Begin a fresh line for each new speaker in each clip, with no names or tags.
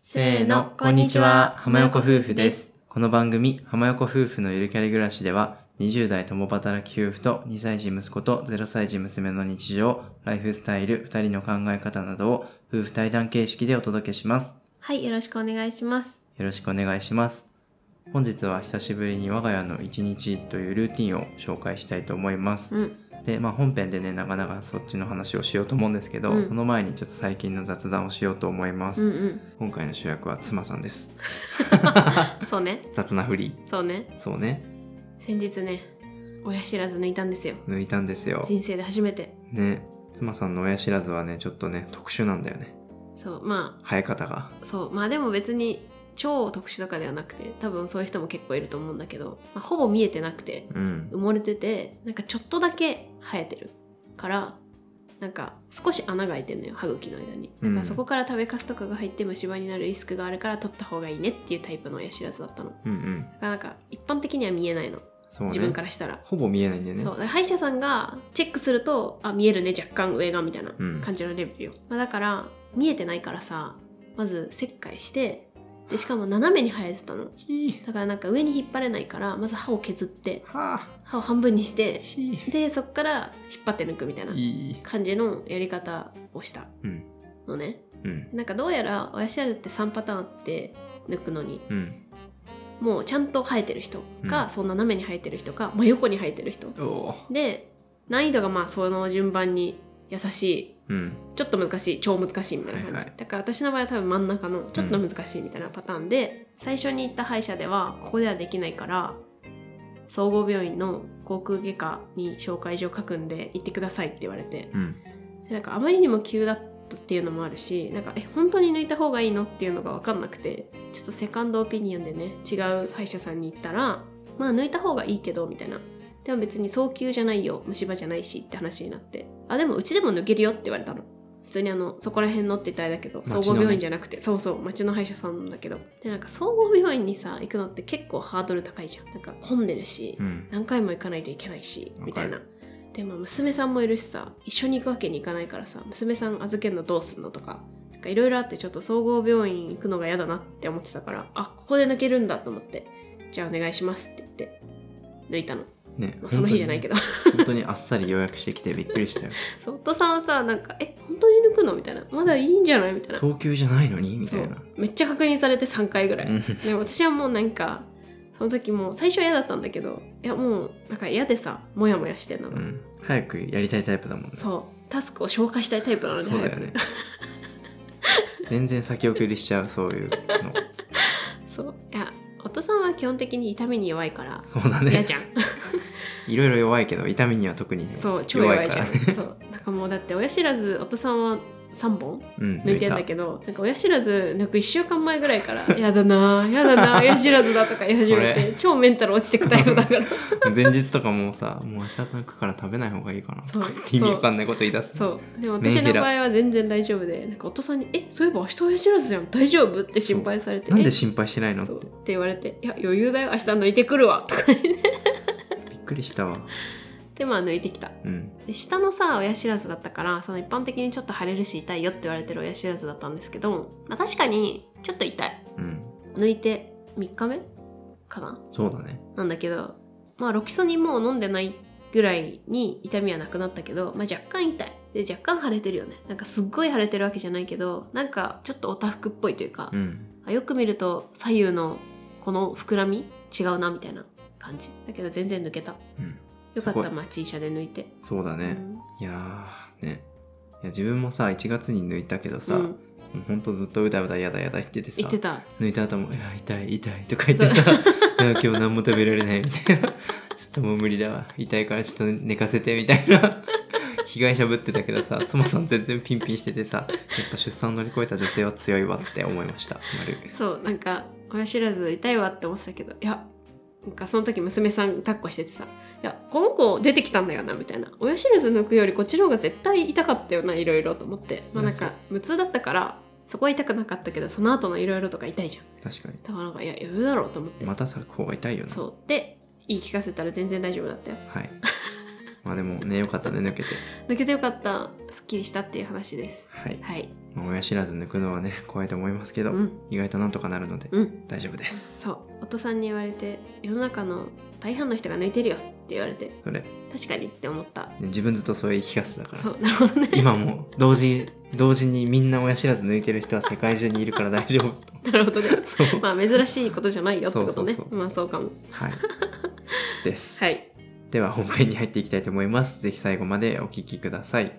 せーの、こんにちは。浜横夫婦です。この番組、浜横夫婦のゆるキャリ暮らしでは、20代共働き夫婦と2歳児息子と0歳児娘の日常、ライフスタイル、2人の考え方などを夫婦対談形式でお届けします。
はい、よろしくお願いします。
よろしくお願いします。本日は久しぶりに我が家の1日というルーティンを紹介したいと思います。
うん、
で、まあ、本編でね、なかなかそっちの話をしようと思うんですけど、
うん
その前にちょっと最近の雑談をしようと思いま
う
す。
ん、うん、
今回の主役は妻さんです。
そうね、
雑なフリ
そうね。
ーそうね
先日ね、親知らず抜いたんですよ。
抜いたんですよ
人生で初めて。
ね妻さんの親知らずはねちょっとね特殊なんだよね
そう、ま
生え方が
あ、そう、まあでも別に超特殊とかではなくて、多分そういう人も結構いると思うんだけど、まあ、ほぼ見えてなくて、
うん
埋もれてて、なんかちょっとだけ生えてるから、なんか少し穴が開いてんのよ歯茎の間にだからそこから食べかすとかが入って虫歯になるリスクがあるから取った方がいいねっていうタイプの親知らずだったのだ
うんうん
からなんか一般的には見えないの
そうね
自分からしたら。
ほぼ見えないんだよね
そうだから歯医者さんがチェックするとあ見えるね若干上がみたいな
うん
感じのレベルよ、まあ、だから見えてないからさまず切開してでしかも斜めに生えてたの
ひー
だからなんか上に引っ張れないからまず歯を削って
は
歯を半分にし
あ
て
ひー
でそっから引っ張って抜くみたいない
い
感じのやり方をした
うん
のね
うん
なんかどうやら親知らずって3パターンあって抜くのに
うん
もうちゃんと生えてる人か、
うん
そんな斜めに生えてる人か真横に生えてる人
おお
で難易度がまあその順番に優しい
うん
ちょっと難しい超難しいみたいな感じ、
はいはい
だから私の場合は多分真ん中のちょっと難しいみたいなパターンで、最初に行った歯医者ではここではできないから総合病院の航空外科に紹介状書くんで行ってくださいって言われて
うん
でなんかあまりにも急だったっていうのもあるしなんかえ本当に抜いた方がいいのっていうのが分かんなくてちょっとセカンドオピニオンでね違う歯医者さんに行ったらまあ抜いた方がいいけどみたいなでも別に早急じゃないよ虫歯じゃないしって話になってあでもうちでも抜けるよって言われたの普通にあのそこら辺のって言ったらあれだけど
町の
総
ね
合病院じゃなくて、そうそう町の歯医者さんなんだけどでなんか総合病院にさ行くのって結構ハードル高いじゃんなんか混んでるし、
うん
何回も行かないといけないし
わかる
みたいなでも娘さんもいるしさ一緒に行くわけにいかないからさ娘さん預けるのどうすんのとかなんかいろいろあってちょっと総合病院行くのが嫌だなって思ってたからあここで抜けるんだと思ってじゃあお願いしますって言って抜いたの、
ね
まあ、その日じゃないけ
ど
ど
本当にあっさり予約してきてびっくりしたよ
そう夫さんはさなんか「え本当に抜くの?」みたいな「まだいいんじゃない?」みたいな
早急じゃないのにみたいな
そうめっちゃ確認されて3回ぐらい
うん
で私はもうなんかその時もう最初は嫌だったんだけどいやもうなんか嫌でさモヤモヤしてんの、
うん早くやりたいタイプだもんね
そうタスクを消化したいタイプなので
そう だよね全然先送りしちゃうそうい うの
そういや夫さんは基本的に痛みに弱いから
そうだね
嫌じ ゃん
いろいろ弱いけど痛みには特に
そう超弱いじゃん
弱い
そうなんかもうだって親知らず夫さんは3本
うん
抜いてんだけどなんか親知らず抜く1週間前ぐらいから「やだなぁやだ なぁ親知らずだ」とか言い始め
そ
て超メンタル落ちてくタイプだから
抜い た前日とかもうさもう明日抜くから食べない方がいいかな
そう
とかって意味わかんないこと言い出す
そうでも私の場合は全然大丈夫でなんか夫さんに「えそういえば明日親知らずじゃん大丈夫?」って心配されて「
なんで
え
心配してないのっ
そ
て
うって言われて「いや余裕だよ明日抜いてくるわ」とか言って
びっくりしたわ
でまあ抜いてきた
うん
で下のさ親知らずだったからその一般的にちょっと腫れるし痛いよって言われてる親知らずだったんですけど、まあ、確かにちょっと痛い
うん
抜いて3日目かな
そうだね
なんだけどまあロキソニンもう飲んでないぐらいに痛みはなくなったけど、まあ、若干痛いで若干腫れてるよねなんかすっごい腫れてるわけじゃないけどなんかちょっとおたふくっぽいというか
う、ん
あよく見ると左右のこの膨らみ違うなみたいな感じだけど全然抜けた
うん
よかっ
すごい
たまあ注射で抜いて
そうだ
う
ね
ん
いやーねいや自分もさ1月に抜いたけどさ、
う
も
ん
うほんとずっとうだうだやだやだ言っててさ
言ってた
抜いた後も「いや痛い痛い」とか言って さ「いや今日何も食べられない」みたいな 「ちょっともう無理だわ痛いからちょっと寝かせて」みたいな 被害者ぶってたけどさ妻さん全然ピンピンしててさやっぱ出産乗り越えた女性は強いわって思いましたまる
そうなんか親知らず痛いわって思ってたけどいやなんかその時娘さん抱っこしててさ「いやこの子出てきたんだよな」みたいな親知らず抜くよりこっちの方が絶対痛かったよないろいろと思ってまあなん
いや
か無痛だったからそこは痛くなかったけどその後のいろいろとか痛いじゃん
確かに
だからなんかいや余裕だろうと思って、
また咲く方が痛いよな
そうで言い聞かせたら全然大丈夫だったよ
はいまあでもねよかったね抜けて
抜けてよかったすっきりしたっていう話です
はい、
はい
まあ親知らず抜くのはね怖いと思いますけ
う
ど、
ん
意外となんとかなるので
うん
大丈夫です
そうお父さんに言われて世の中の大半の人が抜いてるよって言われて
それ、ね
確かにって思った
自分ずっとそう言い聞かせてたから
そうなるほどね
今も同時同時にみんな親知らず抜いてる人は世界中にいるから大丈夫
なるほどね
そ う
まあ珍しいことじゃないよってことね
そうそう
まあそうかも
はいです、
はい
では本編に入っていきたいと思いますぜひ最後までお聞きください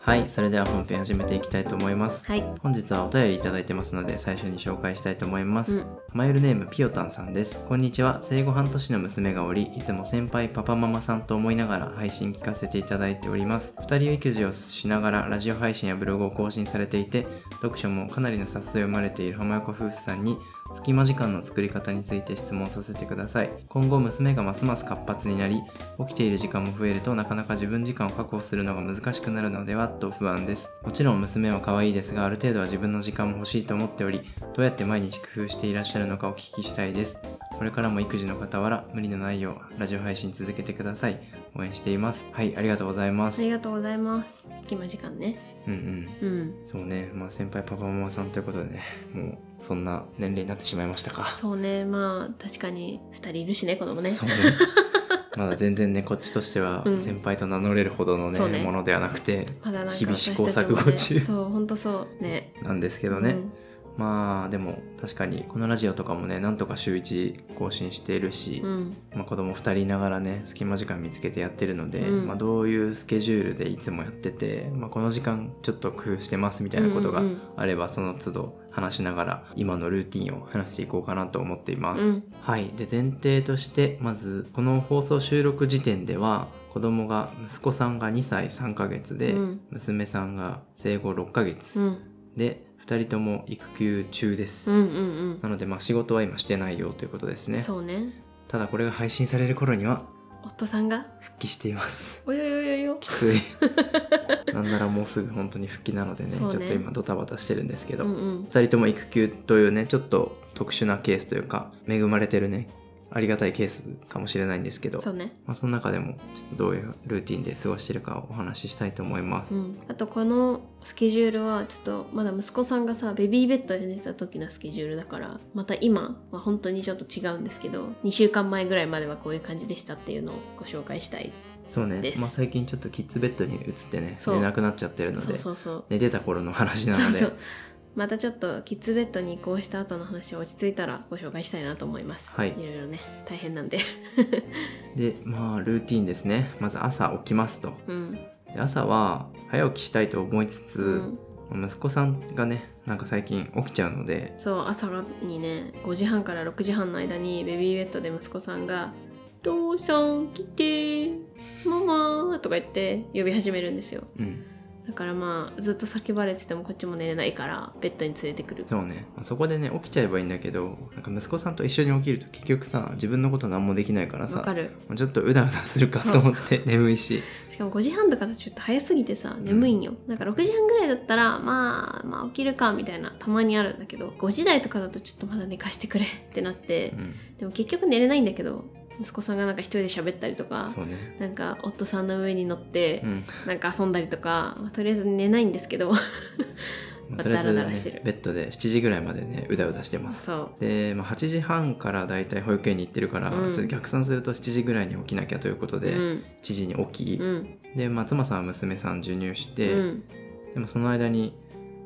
はいそれでは本編始めていきたいと思います
はい
本日はお便りいただいてますので最初に紹介したいと思いま
う
す、
ん
マイルネームピオタンさんですこんにちは生後半年の娘がおりいつも先輩パパママさんと思いながら配信聞かせていただいております2人育児をしながらラジオ配信やブログを更新されていて読書もかなりの冊数読まれている浜横夫婦さんに隙間時間の作り方について質問させてください今後娘がますます活発になり起きている時間も増えるとなかなか自分時間を確保するのが難しくなるのではと不安ですもちろん娘は可愛いですがある程度は自分の時間も欲しいと思っておりどうやって毎日工夫していらっしゃるのかお聞きしたいですこれからも育児の傍ら無理のないようラジオ配信続けてください応援していますはいありがとうございま
あ
す
りがとうございます隙間時間ね
うんうん
うん
そうねまあ先輩パパママさんということでねもうそんな年齢になってしまいましたか
そうねまあ確かに2人いるしね子供ね
そうね まだ全然ねこっちとしては
うん
先輩と名乗れるほどのね,、
そうね
ものではなくて
まだなんか
日々
私たちもね
試行錯誤中
そう本当そうね
なんですけ
け
どね、まあでも確かにこのラジオとかもねなんとか週1更新しているし、
うん、うん
まあ、子供2人いながらね隙間時間見つけてやってるので、
うん
まあ、どういうスケジュールでいつもやってて、まあ、この時間ちょっと工夫してますみたいなこと
う
が
んうんうん
あればその都度話しながら今のルーティンを話していこうかなと思っています。
うん
はい、で前提としてまずこの放送収録時点では子供が息子さんが2歳3ヶ月で、
うん
娘さんが生後6ヶ
う
月、
ん
で2人とも育休中で
う
す。
んうん
なのでまあ仕事は今してないよということです
うん
ね。
そうね
ただこれが配信される頃には
夫さんが
復帰してい ます。
およよよよ
きつい。なんならもうすぐ本当に復帰なのでね
そうね
ちょっと今ドタバタしてるんですけど、
う
二
んうん
人とも育休というねちょっと特殊なケースというか恵まれてるねありがたいケースかもしれないんですけど
そうね
まあ、その中でもちょっとどういうルーティンで過ごしてるかをお話ししたいと思います。
うん、あとこのスケジュールはちょっとまだ息子さんがさベビーベッドで寝てた時のスケジュールだからまた今は本当にちょっと違うんですけど2週間前ぐらいまではこういう感じでしたっていうのをご紹介したい
そうね
で、す
まあ、最近ちょっとキッズベッドに移ってね
そう
寝なくなっちゃってるので
そうそうそう
寝てた頃の話な
そ
の
う
で
そうまたちょっとキッズベッドに移行した後の話は落ち着いたらご紹介したいなと思います、
はい
ろいろね大変なんで
でまあルーティンですねまず朝起きますと
うん、
で朝は早起きしたいと思いつつ、
うん
息子さんがねなんか最近起きちゃうので
そう朝にね5時半から6時半の間にベビーベッドで息子さんが「父さん来てママ」とか言って呼び始めるんですよ
うん
だからまあずっと叫ばれててもこっちも寝れないからベッドに連れてくる
そうね、まあそこでね起きちゃえばいいんだけどなんか息子さんと一緒に起きると結局さ自分のこと何もできないから
わ
さ
かる
もうちょっとうだうだするか
そう
と思 って眠いし
しかも5時半とかだとちょっと早すぎてさ眠いんよ、だから6時半ぐらいだったらまあまあ起きるかみたいなたまにあるんだけど5時台とかだとちょっとまだ寝かしてくれってなって
うん、
でも結局寝れないんだけど息子さんがなんか一人で喋ったりとか
そうね
なんか夫さんの上に乗って
うん、
なんか遊んだりとか、まあとりあえず寝ないんです けど
まあとりあえず、
ダラダラして
ね
る、
ベッドで7時ぐらいまでねうだうだしてます
そう
で、まあ、8時半からだいたい保育園に行ってるから、
うん
ちょっと逆算すると7時ぐらいに起きなきゃということで、
うん
7時に起き、
うん
で、まあ、妻さんは娘さん授乳して、
うん
でもその間に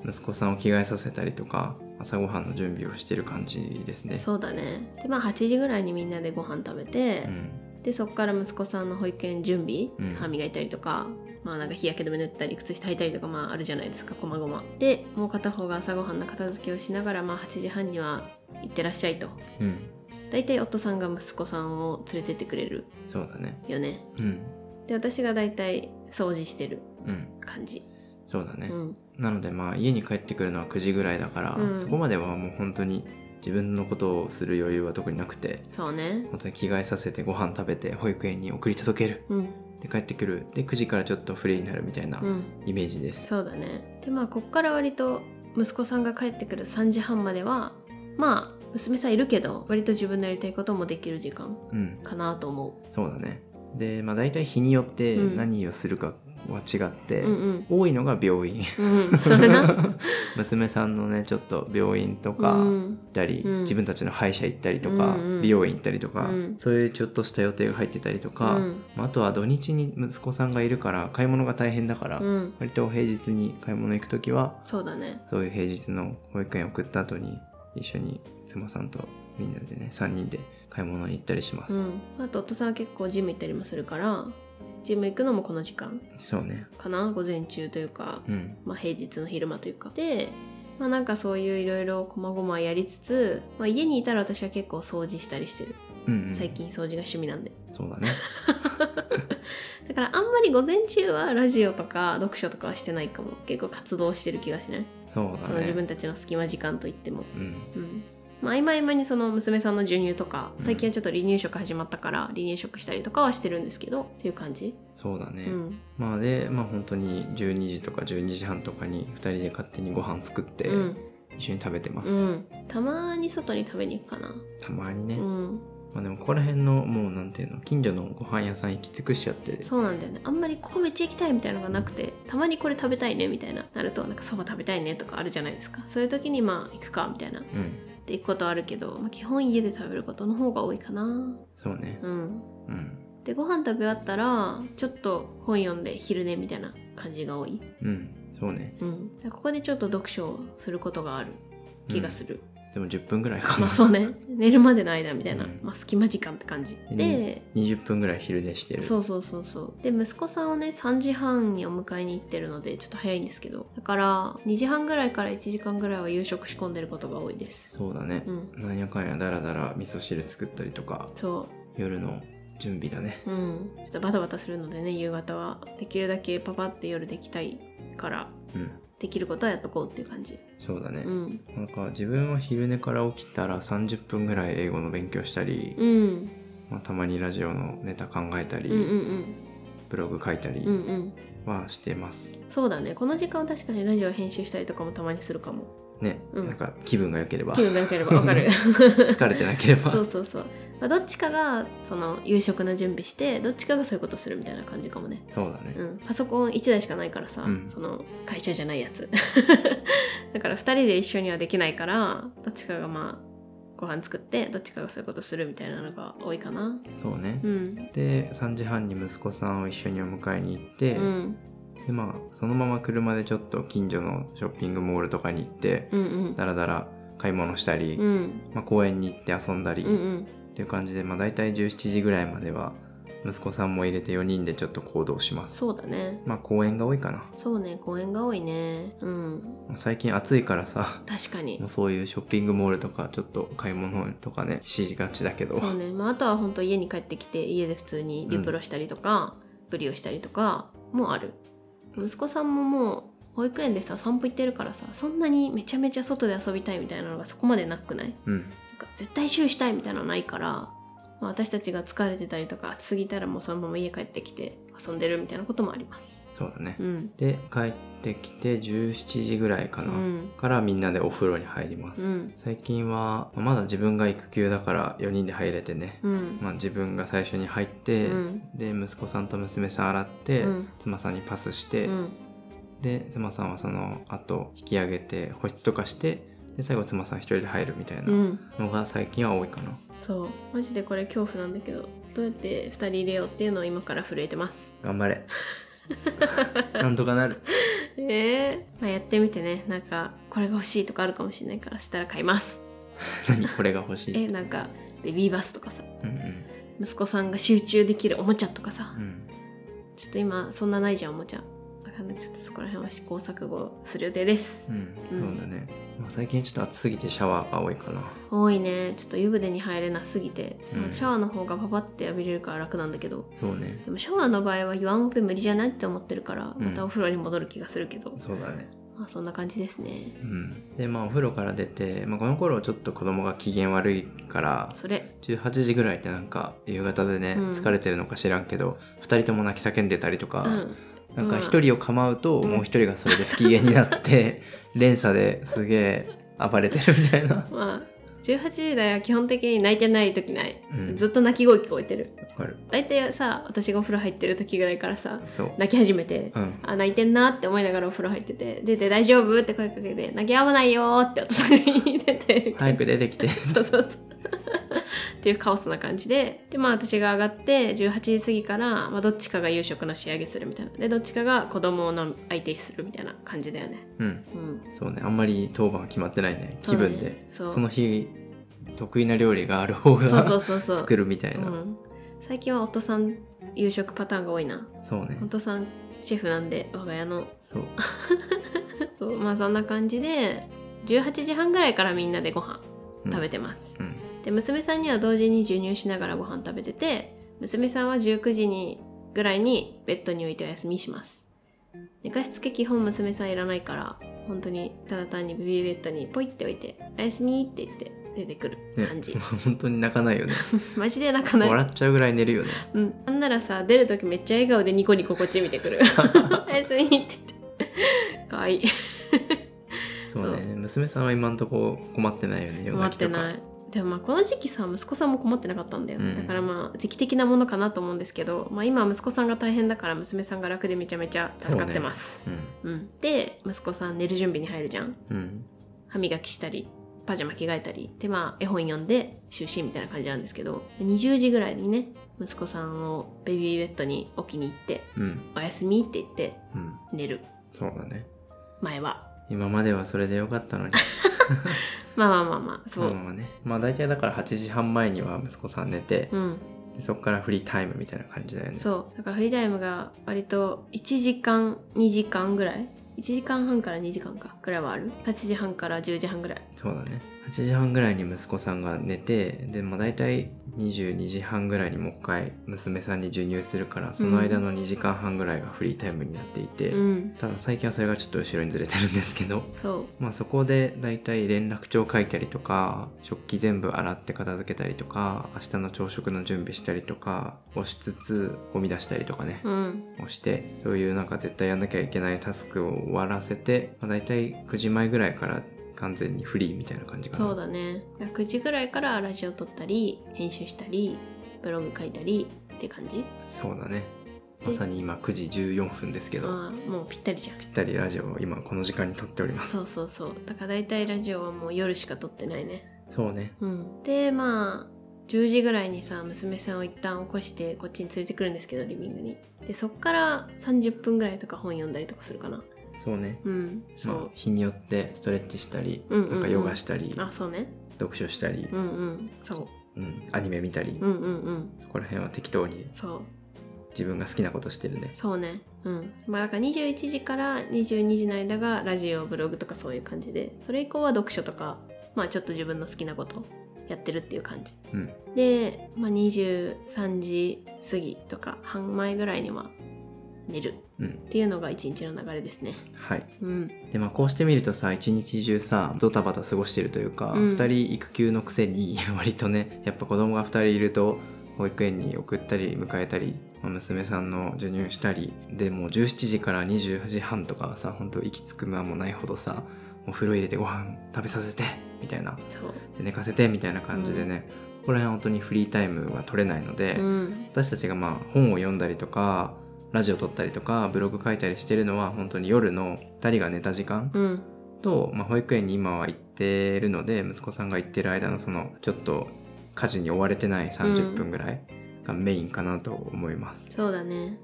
息子さんを着替えさせたりとか朝ごはんの準備をしてる感じですね。
そうだねでまあ8時ぐらいにみんなでご飯食べて
う、ん
でそっから息子さんの保育園準備、
うん
歯磨いたりとかまあなんか日焼け止め塗ったり靴下履いたりとかまああるじゃないですかこまごまでもう片方が朝ごはんの片付けをしながらまあ8時半には行ってらっしゃいと
うん、
大体夫さんが息子さんを連れてってくれる
そうだね。
よね
うん、
で私が大体掃除してる
うん、
感じ、
そうだね。
うん、
なのでまあ家に帰ってくるのは9時ぐらいだから、
うん
そこまではもう本当に自分のことをする余裕は特になくて
そうね
本当に着替えさせてご飯食べて保育園に送り届ける
うん
で帰ってくるで9時からちょっとフリーになるみたいな
うん
イメージです。
そうだねでまあこっから割と息子さんが帰ってくる3時半まではまあ娘さんいるけど割と自分のやりたいこともできる時間
うん
かなと思
そうだねでまあ大体日によって
うん
何をするかは違って、
ううん
多いのが病院
うんうんそれ な
娘さんのねちょっと病院と
う
か行
ん
ったり、
うん
自分たちの歯医者行ったりとか、
うんうん
美容院行ったりとか、
うん
そういうちょっとした予定が入ってたりとか、
うん
まああとは土日に息子さんがいるから買い物が大変だから、
うん
割と平日に買い物行く時は
そうだね
そういう平日の保育園送った後に一緒に妻さんとみんなでね3人で買い物に行ったりします、
うんあと夫さんは結構ジム行ったりもするからジム行くのもこの時間
そうね
かな午前中というか、
うん
まあ、平日の昼間というかでまあなんかそういういろいろこまごまやりつつ、まあ、家にいたら私は結構掃除したりしてる
うんうん
最近掃除が趣味なんで、
そ うだね
だからあんまり午前中はラジオとか読書とかはしてないかも結構活動してる気がしない、
そうだ
その自分
ね
たちの隙間時間といっても
うん
うんまあ合間合間にその娘さんの授乳とか
うん
最近はちょっと離乳食始まったから離乳食したりとかはしてるんですけどっていう感じ、
そうだね、
うん
まあでまあ本当に12時とか12時半とかに2人で勝手にご飯作って
うん
一緒に食べてます、
うん、たまに外に食べに行くかな、
たまにね、
うん、
まあでもここら辺のもうなんていうの近所のご飯屋さん行き尽くしちゃって
そうなんだよねあんまりここめっちゃ行きたいみたいなのがなくてたまにこれ食べたいねみたいななるとなんかそば食べたいねとかあるじゃないですかそういう時にまあ行くかみたいな
うん
って行くことはあるけど、まあ、基本家で食べることの方が多いかな
そうね
うん
うん
でご飯食べ終わったらちょっと本読んで昼寝みたいな感じが多い、
うんそうね
うん、だからここでちょっと読書をすることがある気がする、
でも10分ぐらいか
ま
な
あそうね寝るまでの間みたいな、
うん
まあ、隙間時間って感じ
うん
で
20分ぐらい昼寝してる
そうそうそうそうで息子さんをね3時半にお迎えに行ってるのでちょっと早いんですけどだから2時半ぐらいから1時間ぐらいは夕食仕込んでることが多いです
そうだね
う、ん
なんやかんやだらだら味噌汁作ったりとか
そう
夜の準備だね
うん、ちょっとバタバタするのでね夕方はできるだけパパって夜できたいから
うん
できることはやっとこうっていう感じ、
そうだね、
うん
なんか自分は昼寝から起きたら30分ぐらい英語の勉強したり、
うん、うん
まあ、たまにラジオのネタ考えたり、
うんうん
ブログ書いた
うんう
り
ん
はしてます、
そうだねこの時間は確かにラジオ編集したりとかもたまにするかも
ね、
うん
なんか気分が良ければ
気分が良ければわかる
疲れてなけれ ば
そうそうそう、まあ、どっちかがその夕食の準備してどっちかがそういうことするみたいな感じかもね
そうだね
うん、パソコン1台しかないからさ、
うん
その会社じゃないやつ だから2人で一緒にはできないからどっちかがまあご飯作ってどっちかがそういうことするみたいなのが多いかな
そうね、
うん
で3時半に息子さんを一緒にお迎えに行って、
うん
でまあそのまま車でちょっと近所のショッピングモールとかに行って
うんうん
だらだら買い物したり、
うん
まあ、公園に行って遊んだり、
うんう
っ
ん
ていう感じで、まあ、大体17時ぐらいまでは息子さんも入れて4人でちょっと行動します
そうだね
まあ公園が多いかな
そうね公園が多いねうん
まあ最近暑いからさ
確かに
もうそういうショッピングモールとかちょっと買い物とかねしがちだけど
そうね、まあ、あとは本当家に帰ってきて家で普通にディプロしたりとか、ブリをしたりとかもある息子さんももう保育園でさ散歩行ってるからさそんなにめちゃめちゃ外で遊びたいみたいなのがそこまでなくないなん
うん
か絶対シューしたいみたいなのないから、まあ、私たちが疲れてたりとか暑すぎたらもうそのまま家帰ってきて遊んでるみたいなこともあります
そうだね、
うん
で帰ってきて17時ぐらいか
う
な、
ん
からみんなでお風呂に入ります、
うん
最近はまあまだ自分が育休だから4人で入れてね、
うん
まあ、自分が最初に入って、
うん
で息子さんと娘さん洗って、
うん
妻さんにパスして、
うん
で妻さんはその後引き上げて保湿とかしてで最後妻さん一人で入るみたい
うん、
なのが最近は多いかな、
そうマジでこれ恐怖なんだけどどうやって2人入れようっていうのを今から震えてます
頑張 れなんとかなる
えーまあ、やってみてねなんかこれが欲しいとかあるかもしれないからしたら買います
何これが欲しい
えなんかベビーバスとかさ
うん
息子さんが集中できるおもちゃとかさ、
うんうん
ちょっと今そんなないじゃんおもちゃだからちょっとそこら辺は試行錯誤する予定です
うん、
うん
そうだね、まあ、最近ちょっと暑すぎてシャワーが多いかな
多いねちょっと湯船に入れなすぎて、まあ
うん
シャワーの方がパパって浴びれるから楽なんだけど
そうね
でもシャワーの場合は湯ワンオペ無理じゃないって思ってるから
うん
またお風呂に戻る気がするけど、
そうだね
まあそんな感じですね
うんでまあお風呂から出て、まあ、この頃ちょっと子供が機嫌悪いから
それ
18時ぐらいってなんか夕方でね、
うん
疲れてるのか知らんけど2人とも泣き叫んでたりとか、
うん
なんか1人を構うと
うん
もう1人がそれで不機嫌になって、連鎖ですげえ暴れてるみたいな
まあ18時台は基本的に泣いてない時ない、
うん
ずっと泣き声聞こえてる
わかる
大体さ私がお風呂入ってる時ぐらいからさ
そう
泣き始めて、
うん
あ泣いてんなって思いながらお風呂入ってて出て「大丈夫?」って声かけて「泣き止まないよ」って私が言って て
早く出てきて
そうそうそう。っていうカオスな感じででまあ私が上がって18時過ぎから、まあ、どっちかが夕食の仕上げするみたいなでどっちかが子供の相手するみたいな感じだよね
うん
うん
そうねあんまり当番は決まってないね
そ
気
うだね
分で
そう
その日得意な料理がある方
そうそ
が
うそうそう
作るみたいな
うん、最近は夫さん夕食パターンが多いな
そうね
夫さんシェフなんで我が家の
そう
そうまあそんな感じで18時半ぐらいからみんなでご飯
うん
食べてます、
うん
で娘さんには同時に授乳しながらご飯食べてて娘さんは19時にぐらいにベッドに置いてお休みします寝かしつけ基本娘さんいらないから本当にただ単にベビーベッドにポイって置いて「おやすみ」って言って出てくる
ね
感じ、
本当に泣かないよね
マジで 泣かない
笑っちゃうぐらい寝るよね
うん、なんならさ出る時めっちゃ笑顔でニコニコこっち見てく る「おやすみ」って言ってかわいい
そうね娘さんは今んとこ困ってないよね夜
困っ
泣き
て
とか
ないでもまあこの時期さ息子さんも困ってなかったんだよ、
うん
だからまあ時期的なものかなと思うんですけど、まあ、今は息子さんが大変だから娘さんが楽でめちゃめちゃ助かってますう、ん、で息子さん寝る準備に入るじゃん
うんうん
歯磨きしたりパジャマ着替えたりでまあ絵本読んで就寝みたいな感じなんですけど20時ぐらいにね息子さんをベビーベッドに置きに行って
うん
「おやすみ」って言って
うん
寝る
そうだね
前は
今まではそれでよかったのに
まあまあまあまあ そ
そううねまあ大体だから8時半前には息子さん寝て、
うん
でそこからフリータイムみたいな感じだよね
そうだからフリータイムが割と1時間2時間ぐらい1時間半から2時間かぐらいはある8時半から10時半ぐらい
そうだね8時半ぐらいに息子さんが寝てでまあ大体22時半ぐらいにもう一回娘さんに授乳するからその間の2時間半ぐらいがフリータイムになっていて、
うん
ただ最近はそれがちょっと後ろにずれてるんですけど
そう
まあそこで大体連絡帳書いたりとか食器全部洗って片付けたりとか明日の朝食の準備したりとかをしつつゴミ出したりとかね、
うん
をしてそういうなんか絶対やんなきゃいけないタスクを終わらせて、まあ、大体9時前ぐらいから完全にフリーみたいな感じかな
そうだね9時ぐらいからラジオ撮ったり編集したりブログ書いたりって感じ
そうだねまさに今9時14分ですけど
ああもうぴったりじゃん
ぴったりラジオを今この時間に撮っております
そうそうそうだから大体ラジオはもう夜しか撮ってないね
そうね
うんでまあ10時ぐらいにさ娘さんを一旦起こしてこっちに連れてくるんですけどリビングにでそっから30分ぐらいとか本読んだりとかするかな
そうね
うんそ
まあ
う、
日によってストレッチしたり、
うんうんうん
なんかヨガしたり、
あそうね
読書したり
う、んうんそ
うんアニメ見たり、
ううんうんうん
そこら辺は適当に
そう
自分が好きなことしてるね
そうねうんまあだから21時から22時の間がラジオブログとかそういう感じでそれ以降は読書とかまあちょっと自分の好きなことやってるっていう感じ
うん
で、まあ、23時過ぎとか半前ぐらいには寝る
うん
っていうのが一日の流れですね。
はい
うん、
でまあこうしてみるとさ一日中さドタバタ過ごしてるというか、
うん
二2人育休のくせに 割とねやっぱ子供が2人いると保育園に送ったり迎えたりまあ娘さんの授乳したりでもう17時から20時半とかはさ本当息つく間もないほどさもう風呂入れてご飯食べさせてみたいな
そう、
で寝かせてみたいな感じでね、ここら辺は本当にフリータイムが取れないので、
うん、
私たちがまあ本を読んだりとかラジオ撮ったりとかブログ書いたりしてるのは本当に夜の2人が寝た時間
うん、
と、まあ、保育園に今は行ってるので息子さんが行ってる間のそのちょっと家事に追われてない30分ぐらいがメインかなと思います。
そうだね。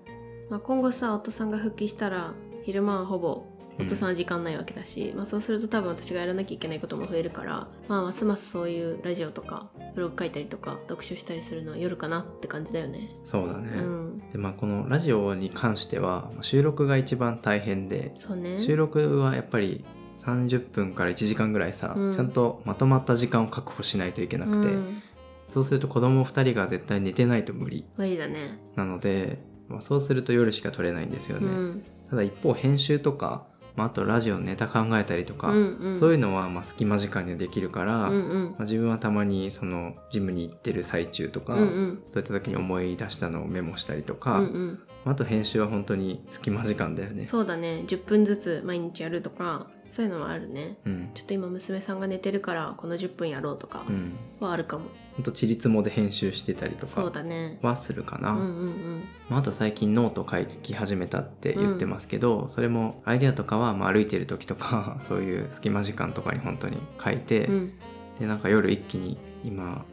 まあ、今後さ、夫さんが復帰したら、昼間はほぼ
うん
夫さんは時間ないわけだし、まあ、そうすると多分私がやらなきゃいけないことも増えるから、まあ、ますますそういうラジオとかブログ書いたりとか読書したりするのは夜かなって感じだよね。
そうだね、
うん、
でまあこのラジオに関してはまあ収録が一番大変で
そうね。
収録はやっぱり30分から1時間ぐらいさ、
うん
ちゃんとまとまった時間を確保しないといけなくて、
うん、
そうすると子供2人が絶対寝てないと無理
無理だね。
なので、まあ、そうすると夜しか撮れないんですよ
う
ね、
ん、
ただ一方編集とか、まあ、あとラジオのネタ考えたりとか、
うん、うん、
そういうのはまあ隙間時間にできるから、
うん、
ま
うん
あ、、自分はたまにそのジムに行ってる最中とか、
うん、うん、
そういった時に思い出したのをメモしたりと
う
か、
ん、うん。
あと編集は本当に隙間時間だよね。
そうだね10分ずつ毎日やるとかそういうのはあるね
うん
ちょっと今娘さんが寝てるからこの10分やろうとか
うん
はあるかも、
ほんとちりつもで編集してたりと
そうだ
か
ね
はするかな、
うんうんうん
まあ、あと最近ノート書き始めたって言ってますけど、それもアイデアとかはまあ歩いてる時とか そういう隙間時間とかに本当に書いて、
うん
でなんか夜一気に今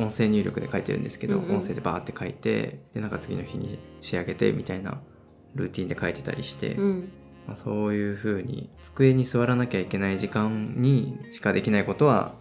音声入力で書いてるんですけ
う
ど、
んうん
音声でバーって書いてでなんか次の日に仕上げてみたいなルーティンで書いてたりして、
うん
まあ、そういう風に机に座らなきゃいけない時間にしかできないことは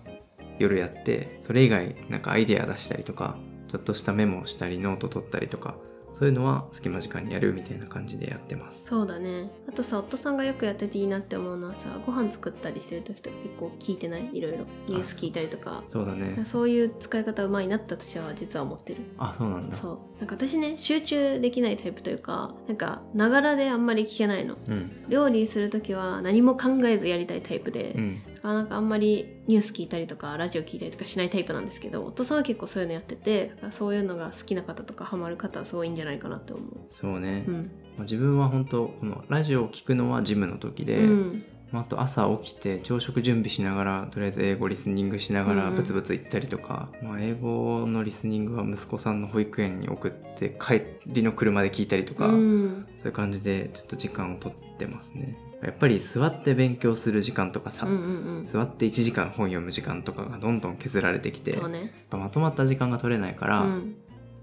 夜やってそれ以外なんかアイデア出したりとかちょっとしたメモをしたりノート取ったりとかそういうのは隙間時間にやるみたいな感じでやってます。
そうだねあとさ夫さんがよくやってていいなって思うのはさご飯作ったりしてる時とか結構聞いてないいろいろニュース聞いたりとか
そうだね。
そういう使い方うまいなって私は実は思ってる
あ、そうなんだ。
そうなんか私ね集中できないタイプというかなんかながらであんまり聞けないの
うん。
料理する時は何も考えずやりたいタイプで、
うん。
だからなんかあんまりニュース聞いたりとかラジオ聞いたりとかしないタイプなんですけど夫さんは結構そういうのやっててだからそういうのが好きな方とかハマる方はすごいいいんじゃないかなって思う
そうね。
う
ま
ん、
あ自分は本当このラジオを聞くのはジムの時で、
うん
まあ、あと朝起きて朝食準備しながらとりあえず英語リスニングしながら
うん
ブツブツ言ったりとか、まあ、英語のリスニングは息子さんの保育園に送って帰りの車で聞いたりとか、
うん
そういう感じでちょっと時間をとってますねやっぱり座って勉強する時間とかさ、
うんうん
座って1時間本読む時間とかがどんどん削られてき
う
て、
んそう
やっ
ね
ぱまとまった時間が取れないから、
うん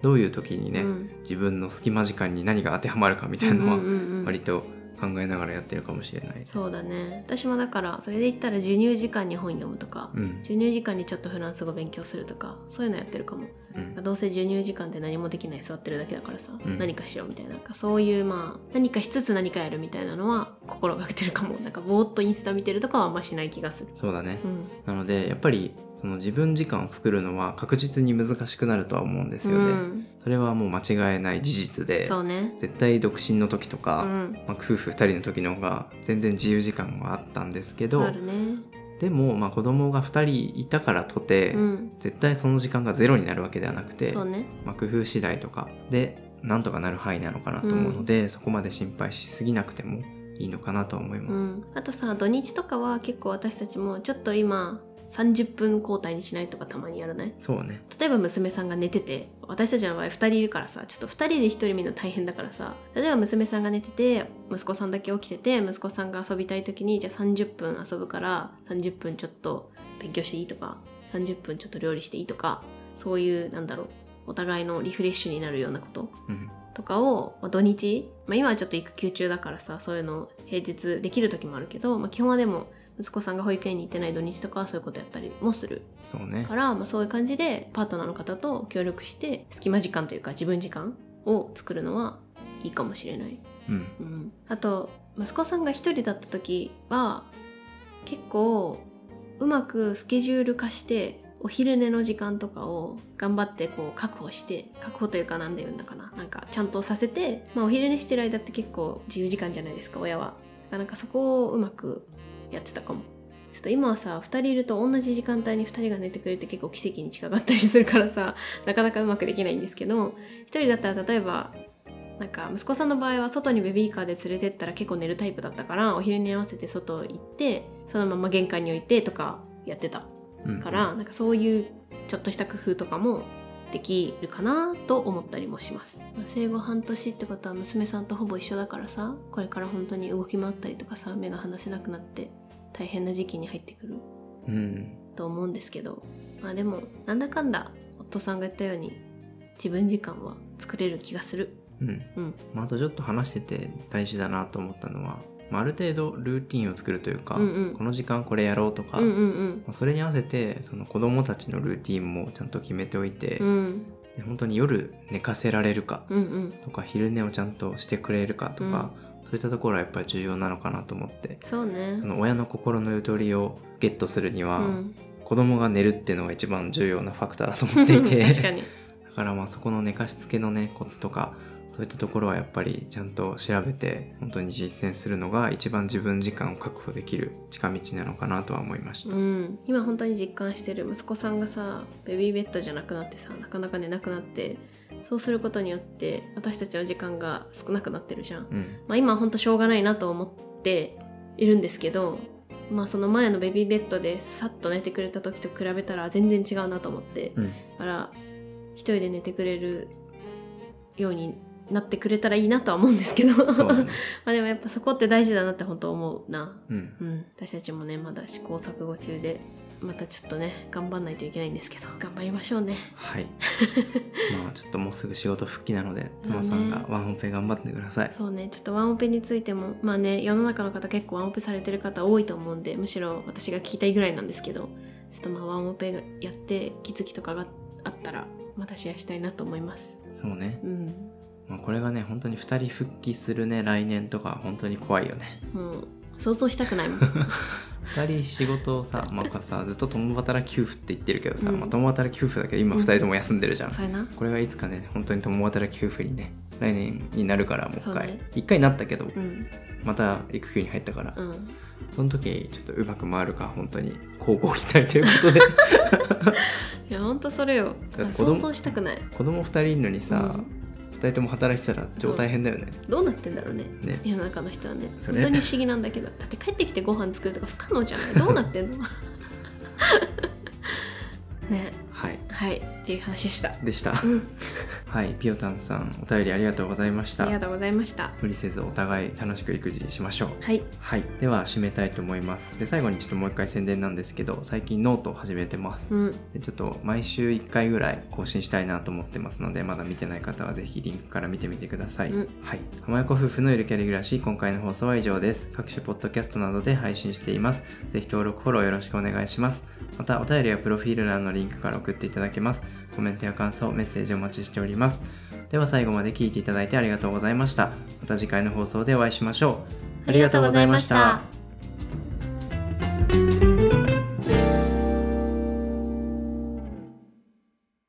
どういう時にね、
うん
自分の隙間時間に何が当てはまるかみたいなの
うん
は
うんうんうん
割と考えながらやってるかもしれないです
そうだね私もだからそれで言ったら授乳時間に本読むとか、
うん
授乳時間にちょっとフランス語勉強するとかそういうのやってるかも
うん
どうせ授乳時間って何もできない座ってるだけだからさ、
うん
何かしようみたいななんかそういうまあ何かしつつ何かやるみたいなのは心がけてるかも なんかぼーっとインスタ見てるとかはあんましない気がする
そうだね
うん
なのでやっぱりその自分時間を作るのは確実に難しくなるとは思うんですよね。
うん
それはもう間違いない事実で
そうね
絶対独身の時と
う
か、
ん
まあ、夫婦2人の時の方が全然自由時間はあったんですけど
あるね
でもまあ子供が2人いたからとて、
うん
絶対その時間がゼロになるわけではなくて、
そうね
まあ、工夫次第とかでなんとかなる範囲なのかなと思うので、そこまで心配しすぎなくてもいいのかなとは思います。
うんあとさ土日とかは結構私たちもちょっと今30分交代にしないとかたまにやらない
そうね
例えば娘さんが寝てて私たちの場合2人いるからさちょっと2人で1人見るの大変だからさ例えば娘さんが寝てて息子さんだけ起きてて息子さんが遊びたい時にじゃあ30分遊ぶから30分ちょっと勉強していいとか30分ちょっと料理していいとかそういうなんだろうお互いのリフレッシュになるようなこと
うん
とかを、まあ土日、まあ、今はちょっと育休中だからさそういうの平日できる時もあるけど、まあ、基本はでも息子さんが保育園に行ってない土日とかはそういうことやったりもする
そうね
から、まあ、そういう感じでパートナーの方と協力して隙間時間というか自分時間を作るのはいいかもしれない、
うん
うん、あと息子さんが一人だった時は結構うまくスケジュール化してお昼寝の時間とかを頑張ってこう確保して確保というか何で言うんだかななんかちゃんとさせて、まあ、お昼寝してる間って結構自由時間じゃないですか親はだからなんかそこをうまくやってたかもちょっと今はさ2人いると同じ時間帯に2人が寝てくれて結構奇跡に近かったりするからさなかなかうまくできないんですけど1人だったら例えばなんか息子さんの場合は外にベビーカーで連れてったら結構寝るタイプだったからお昼に合わせて外行ってそのまま玄関に置いてとかやってた
うん
から、なんかそういうちょっとした工夫とかもできるかなと思ったりもしますまあ生後半年ってことは娘さんとほぼ一緒だからさこれから本当に動き回ったりとかさ目が離せなくなって大変な時期に入ってくる
うん
と思うんですけどまあでもなんだかんだ夫さんが言ったように自分時間は作れる気がする
うん
うん
まあ、あとちょっと話してて大事だなと思ったのは、まあ、ある程度ルーティンを作るというか、
うんうん
この時間これやろうとか、
うん
ま
うん
あ、それに合わせてその子供たちのルーティンもちゃんと決めておいて、
うんうん
で本当に夜寝かせられるか
うんうん
とか昼寝をちゃんとしてくれるかとか、そういったところはやっぱり重要なのかなと思って。
そうね
その親の心のゆとりをゲットするに
う
は、
ん
子供が寝るっていうのが一番重要なファクターだと思ってい て
確か に
だからまあそこの寝かしつけのねコツとかそういったところはやっぱりちゃんと調べて本当に実践するのが一番自分時間を確保できる近道なのかなとは思いました。
うん、今本当に実感してる息子さんがさベビーベッドじゃなくなってさなかなか寝なくなってそうすることによって私たちの時間が少なくなってるじゃん、
うん、
まあ、今は本当しょうがないなと思っているんですけどまあその前のベビーベッドでさっと寝てくれた時と比べたら全然違うなと思って、
うん
だから一人で寝てくれるようになってくれたらいいなとは思うんですけど
そうだ
ま
ね
あでもやっぱそこって大事だなって本当思うな、
うん
うん、私たちもねまだ試行錯誤中でまたちょっとね頑張んないといけないんですけど頑張りましょうね
はい まあちょっともうすぐ仕事復帰なので妻さん
ま
が
あ
ワンオペ頑張ってください
そうねちょっとワンオペについてもまあね世の中の方結構ワンオペされてる方多いと思うんでむしろ私が聞きたいぐらいなんですけどちょっとまあワンオペやって気づきとかがあったらまたシェアしたいなと思います
そうね、
うん
まあ、これがね本当に2人復帰するね来年とか本当に怖いよね
もう想像したくないもん
2人仕事をさ,、まあ、さずっと共働き夫婦って言ってるけどさ、
うん
まあ、共働き夫婦だけど今2人とも休んでるじゃん、
そうやな
これがいつかね本当に共働き夫婦にね来年になるからもう一
そう
回、
ね
一回なったけど、
うん
また育休に入ったから、
うん
その時ちょっとうまく回るか本当に高校期待とい うことで
いやほんとそれよ
だって子供
想像したくない
子供2人いるのにさ、
うん
2人とも働いてたら超大変だよね
どうなってんだろうね
ね
世の中の人はね
そ
本
れ
当に不思議なんだけどだって帰ってきてご飯作るとか不可能じゃないどうなってんの ね
はい
はいっていう話でした
でした、
ん
はいピオタンさんお便りありがとうございまし
あ
た
りがとうございました
無理せずお互い楽しく育児しましょう
はい
はい、では締めたいと思います。で最後にちょっともう一回宣伝なんですけど、最近ノートを始めてます。
うん
でちょっと毎週1回ぐらい更新したいなと思ってますのでまだ見てない方はぜひリンクから見てみてください、
うん
はい浜横夫婦のゆるキャリ暮らし今回の放送は以上です各種ポッドキャストなどで配信していますぜひ登録フォローよろしくお願いしますまたお便りやプロフィール欄のリンクから送っていただけますコメントや感想メッセージお待ちしておりますでは最後まで聞いていただいてありがとうございましたまた次回の放送でお会いしましょう
ありがとうございました